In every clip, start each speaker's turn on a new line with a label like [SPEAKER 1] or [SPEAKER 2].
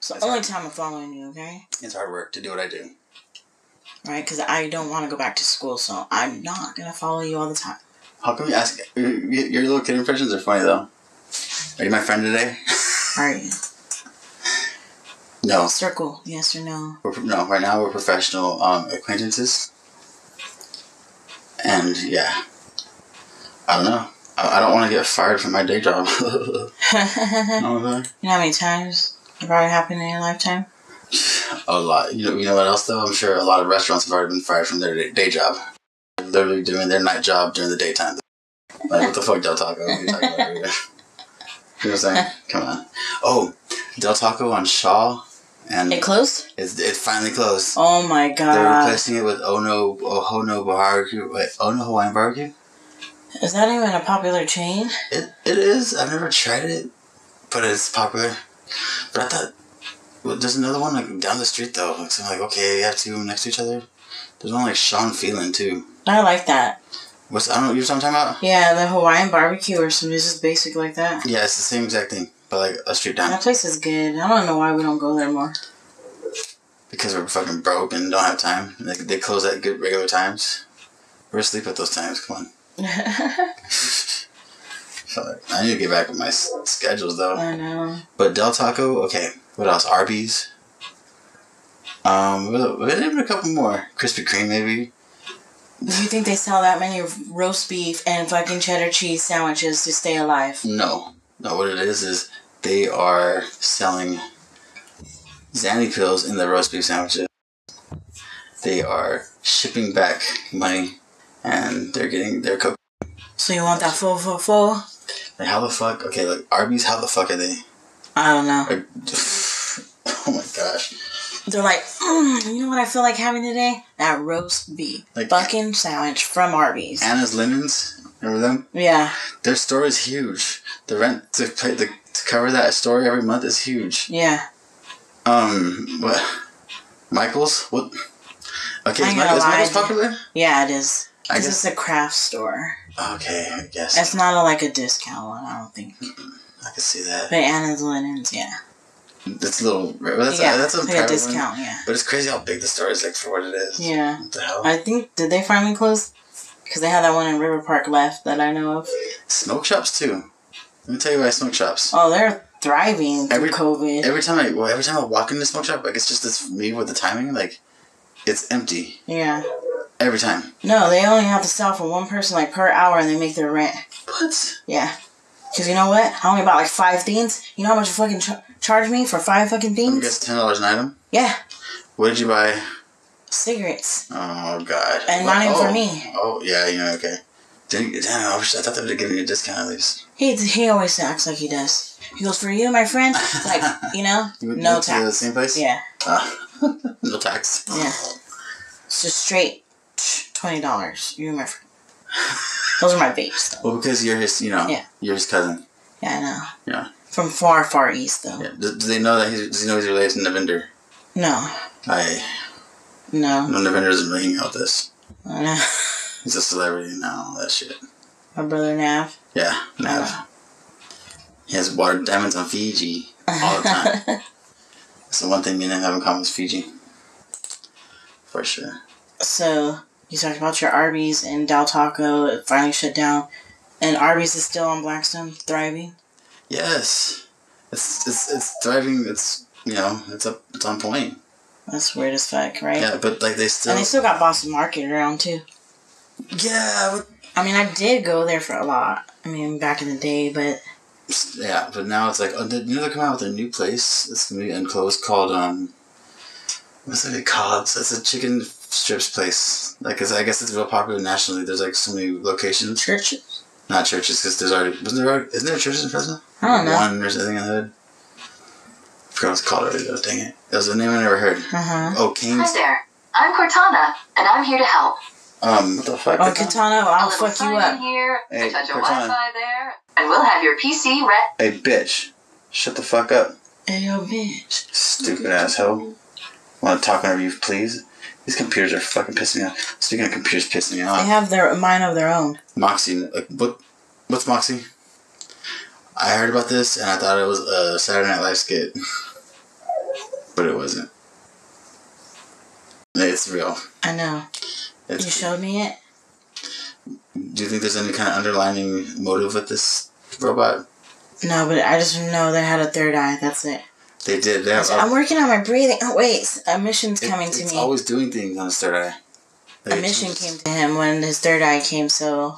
[SPEAKER 1] So
[SPEAKER 2] That's
[SPEAKER 1] only
[SPEAKER 2] right.
[SPEAKER 1] time I'm following you, okay?
[SPEAKER 2] It's hard work to do what I do.
[SPEAKER 1] Right? Because I don't want to go back to school, so I'm not gonna follow you all the time.
[SPEAKER 2] How come you ask? Your, your little kid impressions are funny though. Are you my friend today?
[SPEAKER 1] All right.
[SPEAKER 2] No,
[SPEAKER 1] Circle, yes or no?
[SPEAKER 2] we're, no. Right now we're professional um, acquaintances, and yeah, I don't know. I, I don't want to get fired from my day job.
[SPEAKER 1] you know
[SPEAKER 2] No, no.
[SPEAKER 1] how many times it probably happened in your lifetime?
[SPEAKER 2] A lot. You know, you know what else though? I'm sure a lot of restaurants have already been fired from their day, day job. They're literally doing their night job during the daytime. Like, what the fuck, Del Taco? What are you talking about over here? You know what I'm saying? Come on. Oh, Del Taco on Shaw, and
[SPEAKER 1] It closed?
[SPEAKER 2] it's, it finally closed.
[SPEAKER 1] Oh my
[SPEAKER 2] They're
[SPEAKER 1] god.
[SPEAKER 2] replacing it with Oh No, Oh No Barbecue. Wait, Oh No Hawaiian Barbecue?
[SPEAKER 1] Is that even a popular chain?
[SPEAKER 2] It, it is. I've never tried it, but it's popular. But I thought, well, there's another one like down the street though. Like, so I'm like, okay, yeah, two next to each other. There's one like Sean Phelan too.
[SPEAKER 1] I like that.
[SPEAKER 2] What's I don't know you're talking about?
[SPEAKER 1] Yeah, the Hawaiian barbecue or some just basic like that.
[SPEAKER 2] Yeah, it's the same exact thing, but like a street down
[SPEAKER 1] That place is good. I don't know why we don't go there more.
[SPEAKER 2] because we're fucking broke and don't have time. Like they close at good regular times. We're asleep at those times. Come on.
[SPEAKER 1] I
[SPEAKER 2] Fuck. I need to get back with my s- schedules though.
[SPEAKER 1] know.
[SPEAKER 2] But Del Taco, okay. What else? Arby's. Um, we have a couple more. Krispy Kreme, maybe.
[SPEAKER 1] Do you think they sell that many roast beef and fucking cheddar cheese sandwiches to stay alive?
[SPEAKER 2] No, no. What it is is they are selling Xanny pills in the roast beef sandwiches. They are shipping back money, and they're getting their coke.
[SPEAKER 1] So you want that full, full, full?
[SPEAKER 2] Like how the fuck? Okay, like Arby's. How the fuck are they?
[SPEAKER 1] I don't know.
[SPEAKER 2] Are, oh my gosh!
[SPEAKER 1] They're like, mm, you know what I feel like having today? That roast beef
[SPEAKER 2] Like-
[SPEAKER 1] fucking sandwich from Arby's.
[SPEAKER 2] Anna's Linens. Remember them?
[SPEAKER 1] Yeah,
[SPEAKER 2] Their store is huge. The rent to pay the, to cover that store every month is huge.
[SPEAKER 1] yeah.
[SPEAKER 2] Um, what? Michaels? What? Okay, is,
[SPEAKER 1] I'm
[SPEAKER 2] Mi-
[SPEAKER 1] gonna
[SPEAKER 2] is
[SPEAKER 1] lie.
[SPEAKER 2] Michaels popular?
[SPEAKER 1] Yeah, it is.
[SPEAKER 2] I
[SPEAKER 1] This
[SPEAKER 2] guess.
[SPEAKER 1] is a craft store.
[SPEAKER 2] Okay, I guess
[SPEAKER 1] It's not a, like a discount one, I don't think.
[SPEAKER 2] I can see that.
[SPEAKER 1] But Anna's Linens, yeah.
[SPEAKER 2] That's a little. well, That's
[SPEAKER 1] yeah,
[SPEAKER 2] a, that's a
[SPEAKER 1] like
[SPEAKER 2] private
[SPEAKER 1] a
[SPEAKER 2] one.
[SPEAKER 1] discount, yeah.
[SPEAKER 2] But it's crazy how big the store is, like for what it is.
[SPEAKER 1] Yeah.
[SPEAKER 2] What the hell?
[SPEAKER 1] I think, did they finally close? Because they had that one in River Park left that I know of.
[SPEAKER 2] smoke shops too. Let me tell you why smoke shops.
[SPEAKER 1] Oh, they're thriving through
[SPEAKER 2] Every-
[SPEAKER 1] COVID.
[SPEAKER 2] Every time I well, every time I walk into smoke shop, like it's just this me with the timing, like it's empty
[SPEAKER 1] yeah.
[SPEAKER 2] every time.
[SPEAKER 1] No, they only have to sell for one person like per hour and they make their rent.
[SPEAKER 2] What?
[SPEAKER 1] Yeah. Because you know what? I only bought like five things. You know how much you fucking char- charge me for five fucking
[SPEAKER 2] I
[SPEAKER 1] things?
[SPEAKER 2] guess ten dollars an item.
[SPEAKER 1] Yeah.
[SPEAKER 2] What did you buy?
[SPEAKER 1] Cigarettes.
[SPEAKER 2] Oh God!
[SPEAKER 1] And not even
[SPEAKER 2] oh.
[SPEAKER 1] for me.
[SPEAKER 2] Oh yeah, you know okay. Didn't, damn, I, wish, I thought they would have given you a discount at least.
[SPEAKER 1] He, he always acts like he does. He goes, for you, my friend? Like, you know?
[SPEAKER 2] You went-
[SPEAKER 1] No
[SPEAKER 2] went to the
[SPEAKER 1] tax.
[SPEAKER 2] same place.
[SPEAKER 1] Yeah.
[SPEAKER 2] Ah. no tax.
[SPEAKER 1] Yeah. It's just straight $20. You, my friend. Those are my vapes, though.
[SPEAKER 2] Well, because you're his, you know,
[SPEAKER 1] Yeah.
[SPEAKER 2] you're his cousin.
[SPEAKER 1] Yeah, I know.
[SPEAKER 2] Yeah.
[SPEAKER 1] From far, far east, though.
[SPEAKER 2] Yeah. Do, do they know that he's? Does he know he's related to Navinder?
[SPEAKER 1] No.
[SPEAKER 2] I
[SPEAKER 1] No.
[SPEAKER 2] no Navinder isn't making out this.
[SPEAKER 1] I know.
[SPEAKER 2] He's a celebrity now. All that shit.
[SPEAKER 1] My brother Nav.
[SPEAKER 2] Yeah. Nav. He has water diamonds on Fiji all the time. That's the one thing me and him have in common is Fiji. For sure.
[SPEAKER 1] So you talked about your Arby's and Del Taco it finally shut down, and Arby's is still on Blackstone thriving.
[SPEAKER 2] Yes, it's it's it's thriving. It's you know it's up it's on point.
[SPEAKER 1] That's weird as fuck, right?
[SPEAKER 2] Yeah, but like they still
[SPEAKER 1] And they still got Boston Market around too.
[SPEAKER 2] yeah but,
[SPEAKER 1] I mean, I did go there for a lot. I mean, back in the day, but
[SPEAKER 2] yeah. But now it's like oh, they, you know they're coming out with a new place. It's gonna be enclosed called um what's it called? It's, it's a chicken strips place. Like it's, I guess it's real popular nationally. There's like so many locations.
[SPEAKER 1] churches.
[SPEAKER 2] Not churches because there's already wasn't there already, isn't there churches in Fresno?
[SPEAKER 1] I don't know.
[SPEAKER 2] One or something in the hood. forgot what it's called already though. Dang it, that was a name I never heard.
[SPEAKER 1] Uh huh.
[SPEAKER 2] Oh Kings.
[SPEAKER 3] Hi there. I'm Cortana, and I'm here to help.
[SPEAKER 2] Um, what the fuck?
[SPEAKER 1] Oh, Katana,
[SPEAKER 3] A
[SPEAKER 1] I'll
[SPEAKER 3] little
[SPEAKER 1] fuck you
[SPEAKER 3] sign in
[SPEAKER 1] up.
[SPEAKER 3] here,
[SPEAKER 2] Hey,
[SPEAKER 3] a touch of
[SPEAKER 2] Cortana.
[SPEAKER 3] Wi-Fi there, and we'll have your PC ready.
[SPEAKER 2] Hey, bitch. Shut the fuck up.
[SPEAKER 1] Hey, yo, bitch.
[SPEAKER 2] Stupid asshole. Want to talk whenever you please? These computers are fucking pissing me off. Speaking of computers pissing me
[SPEAKER 1] They
[SPEAKER 2] off,
[SPEAKER 1] have their mind of their own.
[SPEAKER 2] Moxie, like, what? What's Moxie? I heard about this and I thought it was a Saturday Night Live skit, but it wasn't. It's real.
[SPEAKER 1] I know.
[SPEAKER 2] It's,
[SPEAKER 1] you showed me it.
[SPEAKER 2] do you think there's any kind of underlining motive with this robot?
[SPEAKER 1] No, but I just know they had a third eye. That's it.
[SPEAKER 2] They did. They
[SPEAKER 1] I
[SPEAKER 2] have,
[SPEAKER 1] said, I'm working on my breathing. Oh wait, s- a mission's
[SPEAKER 2] it-
[SPEAKER 1] coming to
[SPEAKER 2] it's
[SPEAKER 1] me.
[SPEAKER 2] always doing things on his third eye.
[SPEAKER 1] A mission came to him when his third eye came. So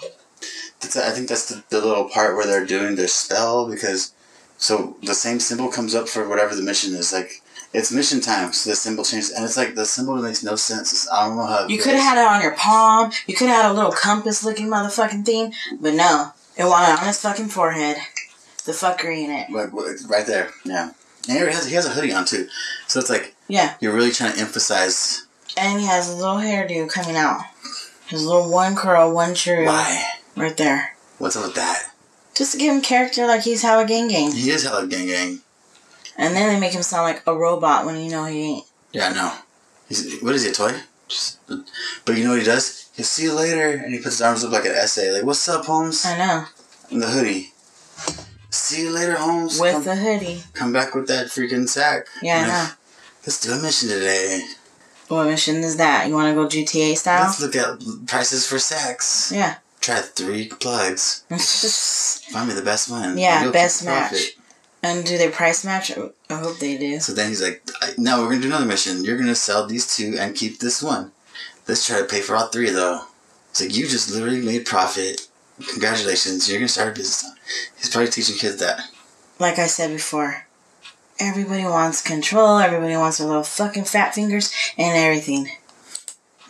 [SPEAKER 2] That's, I think that's the, the little part where they're doing their spell because so the same symbol comes up for whatever the mission is. Like it's mission time, so the symbol changes, and it's like the symbol makes no sense. It's, I don't know how.
[SPEAKER 1] you could have had it on your palm. You could have had a little compass looking motherfucking thing, but no, it wanted on his fucking forehead. The fuckery in it.
[SPEAKER 2] like, w- right there. Yeah, and he has, he has a hoodie on too, so it's like
[SPEAKER 1] Yeah,
[SPEAKER 2] you're really trying to emphasize
[SPEAKER 1] and he has a little hairdo coming out. His little one curl, one churl,
[SPEAKER 2] why.
[SPEAKER 1] right there.
[SPEAKER 2] What's up with that?
[SPEAKER 1] Just to give him character like he's hella gang gang.
[SPEAKER 2] He is hella gang gang.
[SPEAKER 1] And then they make him sound like a robot when you know he ain't.
[SPEAKER 2] Yeah, I know. He's what is he a toy? Just- But you know what he does? He'll see you later, and he puts his arms up like an essay, like "What's up, Holmes?"
[SPEAKER 1] I know.
[SPEAKER 2] in the hoodie. See you later, Holmes.
[SPEAKER 1] With
[SPEAKER 2] come,
[SPEAKER 1] the hoodie.
[SPEAKER 2] come back with that freaking sack.
[SPEAKER 1] Yeah, I
[SPEAKER 2] Like,
[SPEAKER 1] know.
[SPEAKER 2] Let's do a mission today.
[SPEAKER 1] What mission is that? You want to go GTA style?
[SPEAKER 2] Let's look at prices for sacks.
[SPEAKER 1] Yeah.
[SPEAKER 2] Try three plugs. Find me the best one.
[SPEAKER 1] Yeah,
[SPEAKER 2] You'll
[SPEAKER 1] best
[SPEAKER 2] keep profit.
[SPEAKER 1] match. and do they price match? I hope they do.
[SPEAKER 2] So then he's like, I- "No, we're gonna do another mission. You're gonna sell these two and keep this one. Let's try to pay for all three, though." It's like you just literally made profit. Congratulations, you're gonna start a business. He's probably teaching kids that.
[SPEAKER 1] Like I said before, everybody wants control, everybody wants their little fucking fat fingers and everything.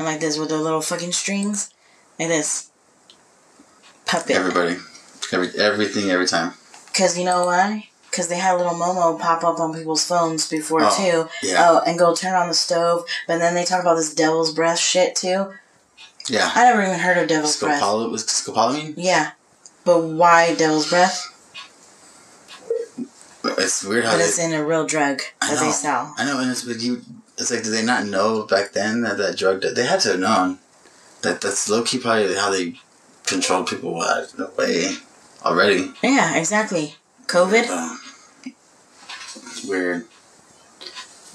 [SPEAKER 1] And like this with their little fucking strings. Like this. Puppet.
[SPEAKER 2] Everybody, every everything, every time.
[SPEAKER 1] Because you know why? Because they had little Momo pop up on people's phones before
[SPEAKER 2] Oh,
[SPEAKER 1] too.
[SPEAKER 2] yeah.
[SPEAKER 1] Oh, and go turn on the stove. But then they talk about this devil's breath shit too.
[SPEAKER 2] Yeah.
[SPEAKER 1] I never even heard of devil's breath.
[SPEAKER 2] Scopolo was scopolamine.
[SPEAKER 1] Yeah. But why devil's breath?
[SPEAKER 2] It's weird how
[SPEAKER 1] But it's
[SPEAKER 2] they,
[SPEAKER 1] in a real drug
[SPEAKER 2] I
[SPEAKER 1] that they
[SPEAKER 2] know.
[SPEAKER 1] sell.
[SPEAKER 2] I know, and it's but you. It's like, did they not know back then that that drug? That, they had to have known that that's low key probably how they controlled people out of the way already.
[SPEAKER 1] Yeah, exactly. COVID?
[SPEAKER 2] Um, it's weird,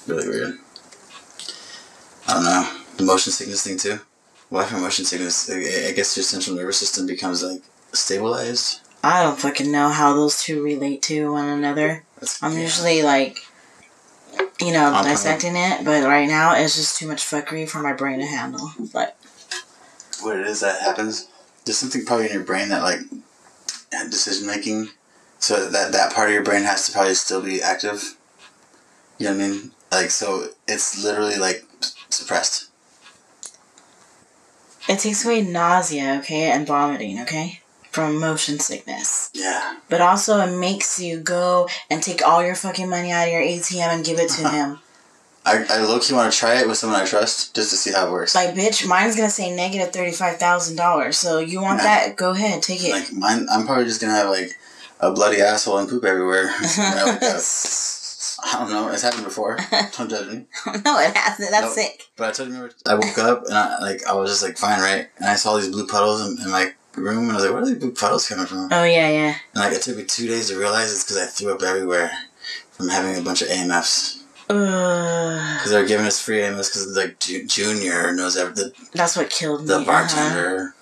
[SPEAKER 2] really weird. I don't know the motion sickness thing too. Why from motion sickness? I I guess your central nervous system becomes like stabilized.
[SPEAKER 1] I don't fucking know how those two relate to one another.
[SPEAKER 2] That's,
[SPEAKER 1] I'm
[SPEAKER 2] yeah.
[SPEAKER 1] usually like, you know,
[SPEAKER 2] I'm kinda-
[SPEAKER 1] dissecting it, but right now it's just too much fuckery for my brain to handle. But
[SPEAKER 2] what it is that happens. There's something probably in your brain that like decision making. So that that part of your brain has to probably still be active. You know what I mean? Like so, it's literally like s- suppressed.
[SPEAKER 1] it takes away nausea, okay, and vomiting, okay, from motion sickness.
[SPEAKER 2] Yeah.
[SPEAKER 1] But also, it makes you go and take all your fucking money out of your ATM and give it to him.
[SPEAKER 2] I I low key want to try it with someone I trust just to see how it works.
[SPEAKER 1] Like, bitch, mine's gonna say negative thirty-five thousand dollars. So you want
[SPEAKER 2] Yeah.
[SPEAKER 1] that? Go ahead, take it.
[SPEAKER 2] Like mine, I'm probably just gonna have like a bloody asshole and poop everywhere. You know, like, uh, I don't know. It's happened before. Don't judge me.
[SPEAKER 1] no, it hasn't. That's
[SPEAKER 2] Nope.
[SPEAKER 1] sick.
[SPEAKER 2] But I told you, remember, I woke up and I like I was just like fine, right? And I saw these blue puddles in, in my room, and I was like, "Where are these blue puddles coming from?" And
[SPEAKER 1] Oh yeah, yeah.
[SPEAKER 2] like it took me two days to realize it's because I threw up everywhere from having a bunch of AMFs
[SPEAKER 1] Ugh,
[SPEAKER 2] because they were giving us free AMFs because like Ju- Junior knows every, the
[SPEAKER 1] that's what killed me.
[SPEAKER 2] the
[SPEAKER 1] Uh-huh.
[SPEAKER 2] bartender.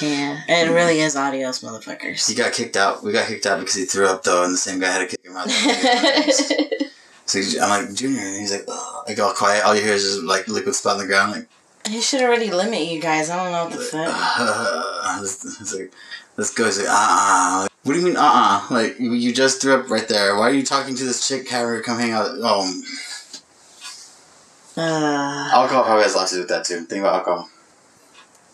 [SPEAKER 1] Yeah, and it really is audios, motherfuckers.
[SPEAKER 2] He got kicked out. We got kicked out because he threw up though, and the same guy had to kick him out. so he's- I'm like Junior, and he's like, Ugh. like all quiet. All you hear is just like liquid spot on the ground, like.
[SPEAKER 1] he should already limit you guys. I don't know what the fuck.
[SPEAKER 2] it's, Uh, it's like, let's go. It's like, uh-uh. Like, what do you mean, uh-uh? Like, you- you just threw up right there. Why are you talking to this chick? Have her come hang out. Oh,
[SPEAKER 1] Uh,
[SPEAKER 2] alcohol probably has a lot to do with that, too. Think about alcohol.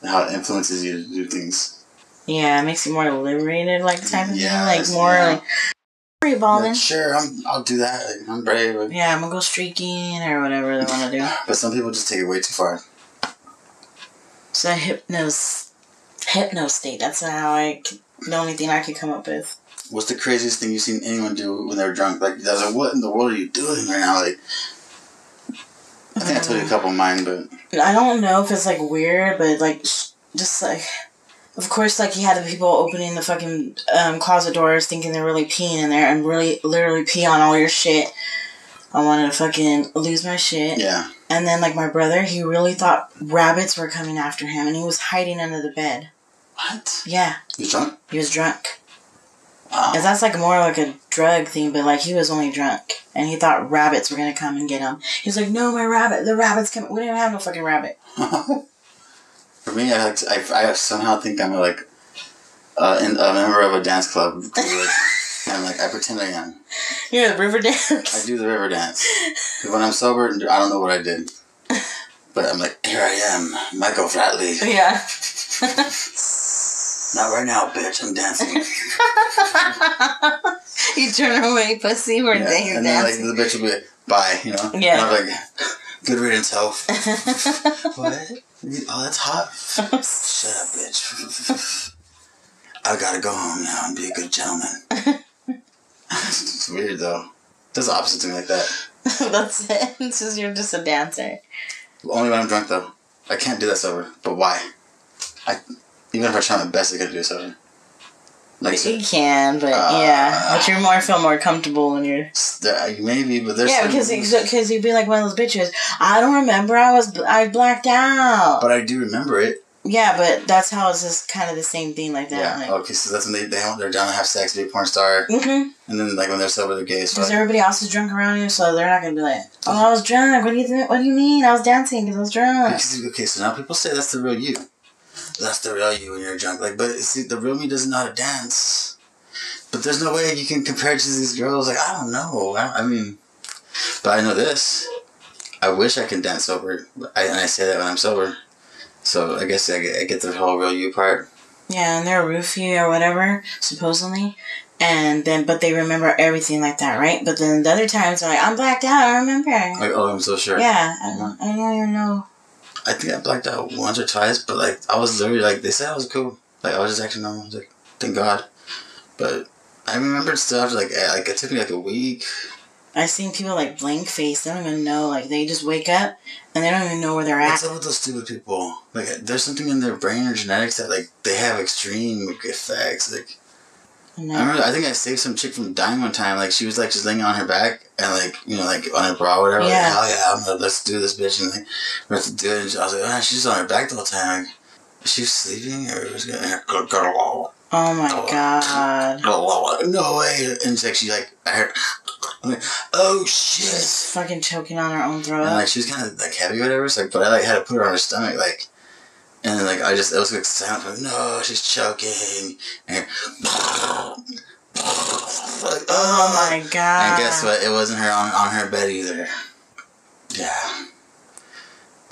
[SPEAKER 2] And how it influences you to do things.
[SPEAKER 1] yeah, it makes you more liberated, like type of
[SPEAKER 2] Yeah,
[SPEAKER 1] thing, like more
[SPEAKER 2] yeah.
[SPEAKER 1] like free balling.
[SPEAKER 2] Like, sure, I'm, I'll do that. Like, I'm brave. Like,
[SPEAKER 1] Yeah, I'm gonna go streaking or whatever they want to do.
[SPEAKER 2] But some people just take it way too far.
[SPEAKER 1] So hypnos, hypno state. That's how I. c- The only thing I could come up with.
[SPEAKER 2] What's the craziest thing you've seen anyone do when they're drunk? Like, I was like, what in the world are you doing right now? Like, I think I told you a couple of mine, but
[SPEAKER 1] I don't know if it's like weird, but like sh- just like Of course, like you had the people opening the fucking um, closet doors, thinking they're really peeing in there, and really literally pee on all your shit. I wanted to fucking lose my shit.
[SPEAKER 2] Yeah.
[SPEAKER 1] And then like my brother, he really thought rabbits were coming after him, and he was hiding under the bed.
[SPEAKER 2] What?
[SPEAKER 1] Yeah,
[SPEAKER 2] You drunk?
[SPEAKER 1] he was drunk.
[SPEAKER 2] Wow.
[SPEAKER 1] Cause that's like more like a drug thing, but like he was only drunk, and he thought rabbits were gonna come and get him. He was like, "No, my rabbit! The rabbit's coming! We didn't have no fucking rabbit."
[SPEAKER 2] For me, I, like, I, I somehow think I'm like uh, in, a member of a dance club. I'm like I pretend I am.
[SPEAKER 1] You're the river
[SPEAKER 2] I
[SPEAKER 1] dance.
[SPEAKER 2] do the river dance. 'Cause When I'm sober, I don't know what I did. But I'm like, here I am, Michael Flatley.
[SPEAKER 1] Yeah.
[SPEAKER 2] Not right now, bitch. I'm dancing.
[SPEAKER 1] you turn away, pussy. We're
[SPEAKER 2] Yeah.
[SPEAKER 1] dancing.
[SPEAKER 2] And then like the bitch will be like, bye, you know.
[SPEAKER 1] Yeah.
[SPEAKER 2] And I'm like, good riddance, hoe. what? Oh, that's hot. Shut up, bitch. I gotta go home now and be a good gentleman. it's weird though. Does the opposite to me like that.
[SPEAKER 1] That's it. It's just you're just a dancer.
[SPEAKER 2] Only when I'm drunk though. I can't do that sober. But why? I even if I try my best, I gotta do it sober. Like
[SPEAKER 1] You can, but
[SPEAKER 2] Uh,
[SPEAKER 1] yeah, but you're more feel more comfortable when you're.
[SPEAKER 2] s- there- uh, maybe, but there's
[SPEAKER 1] yeah,
[SPEAKER 2] certain-
[SPEAKER 1] because because you'd be like one of those bitches. I don't remember. I was bl- I blacked out.
[SPEAKER 2] but I do remember it.
[SPEAKER 1] yeah, but that's how it's just kind of the same thing like
[SPEAKER 2] Yeah.
[SPEAKER 1] that. Like,
[SPEAKER 2] Okay, so that's when they they they're down to have sex, be a porn star,
[SPEAKER 1] mm-hmm.
[SPEAKER 2] and then like when they're sober, they're gay. as
[SPEAKER 1] Because
[SPEAKER 2] fuck.
[SPEAKER 1] everybody else is drunk around you, so they're not gonna be like, "Oh, I was drunk. What do you think? What do you mean? I was dancing because I was drunk."
[SPEAKER 2] Because, okay, so now people say that's the real you. That's the real you when you're drunk. Like, but see, the real me doesn't know how to dance. But there's no way you can compare it to these girls. Like, I don't know. I, I mean, but I know this. I wish I can dance sober. I, and I say that when I'm sober. So I guess I get, I get the whole real you part.
[SPEAKER 1] Yeah, and they're a roofie or whatever, supposedly. And then, but they remember everything like that, right? But then the other times they're like, I'm blacked out, I don't remember.
[SPEAKER 2] Like, oh, I'm so sure.
[SPEAKER 1] Yeah, I don't, I don't even know.
[SPEAKER 2] I think I blacked out once or twice, but like, I was literally like, they said I was cool. Like, I was just acting normal. I was like, thank God. But I remembered stuff. Like, eh, like it took me like a week.
[SPEAKER 1] I've seen people like blank face, they don't even know. Like, they just wake up and they don't even know where they're at.
[SPEAKER 2] What's up with those stupid people? Like, there's something in their brain or genetics that like they have extreme effects. Like,
[SPEAKER 1] And
[SPEAKER 2] I
[SPEAKER 1] then,
[SPEAKER 2] remember, I think I saved some chick from dying one time. Like, she was like just laying on her back and like you know like on her bra or whatever. Like,
[SPEAKER 1] Yeah.
[SPEAKER 2] Hell yeah, I'm gonna, let's do this bitch and like let's do it. And I was like, ah, she's on her back the whole time. Like, is she sleeping or was gonna
[SPEAKER 1] oh my god.
[SPEAKER 2] no way? And it's like she like I heard. I'm like, oh shit.
[SPEAKER 1] Just fucking choking on her own
[SPEAKER 2] and
[SPEAKER 1] throat.
[SPEAKER 2] like she was kind of like heavy or whatever. So like, but I like had to put her on her stomach, like, and like I just it was like silent, like no, she's choking, and like
[SPEAKER 1] Oh my god.
[SPEAKER 2] And guess what? It wasn't her on on her bed either. Yeah,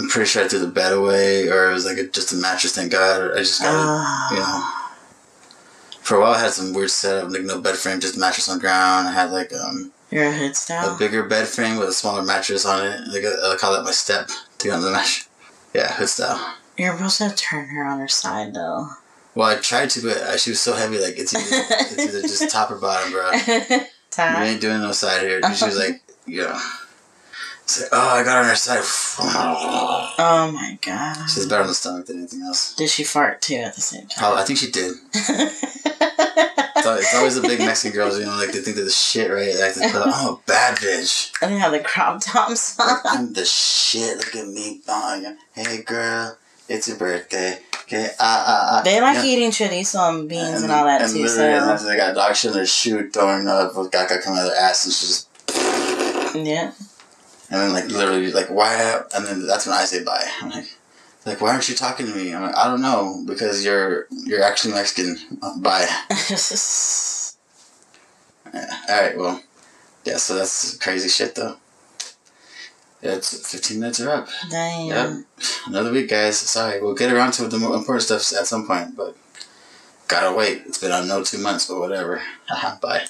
[SPEAKER 2] I'm pretty sure I threw the bed away, or it was like a, just a mattress. Thank God, or I just got it
[SPEAKER 1] Ugh.
[SPEAKER 2] you know. For a while, I had some weird setup, like no bed frame, just mattress on the ground. I had like um
[SPEAKER 1] You're a hood
[SPEAKER 2] a
[SPEAKER 1] style?
[SPEAKER 2] bigger bed frame with a smaller mattress on it. Like uh, I, I call that my step to get on the mattress. Yeah, hood style.
[SPEAKER 1] You're supposed to turn her on her side though.
[SPEAKER 2] Well, I tried to, but uh, she was so heavy. Like it's either, it's either just top or bottom, bro. We
[SPEAKER 1] Tie.
[SPEAKER 2] ain't doing no side here. And she was like, yeah. It's like, oh, I got on her side.
[SPEAKER 1] Oh my god.
[SPEAKER 2] She's better on the stomach than anything else.
[SPEAKER 1] Did she fart too at the same time?
[SPEAKER 2] Probably, I think she did. It's al- it's always the big Mexican girls, you know, like they think they're the shit, right? Like, they put, I'm a bad bitch.
[SPEAKER 1] and they have the crop tops on.
[SPEAKER 2] Like, I'm the shit. Look at me. Oh, yeah. Hey, girl. It's your birthday. Okay. Ah, ah, ah.
[SPEAKER 1] They like
[SPEAKER 2] Yeah.
[SPEAKER 1] eating chorizo and beans and, all that
[SPEAKER 2] and
[SPEAKER 1] too.
[SPEAKER 2] literally, and
[SPEAKER 1] So
[SPEAKER 2] after they got dog shit in their shoe, throwing up with Gaga coming out of their ass, and she just,
[SPEAKER 1] yeah,
[SPEAKER 2] and then like literally, like why? And then that's when I say bye. I'm like, like why aren't you talking to me? I'm like, I don't know because you're you're actually Mexican. Uh, Bye. Yeah. All right. Well, yeah. So that's crazy shit though. Yeah, It's 15 minutes are up.
[SPEAKER 1] damn.
[SPEAKER 2] Yep. Another week, guys. Sorry. We'll get around to the more important stuff at some point, but gotta wait. It's been on no two months, but whatever. Haha, Bye.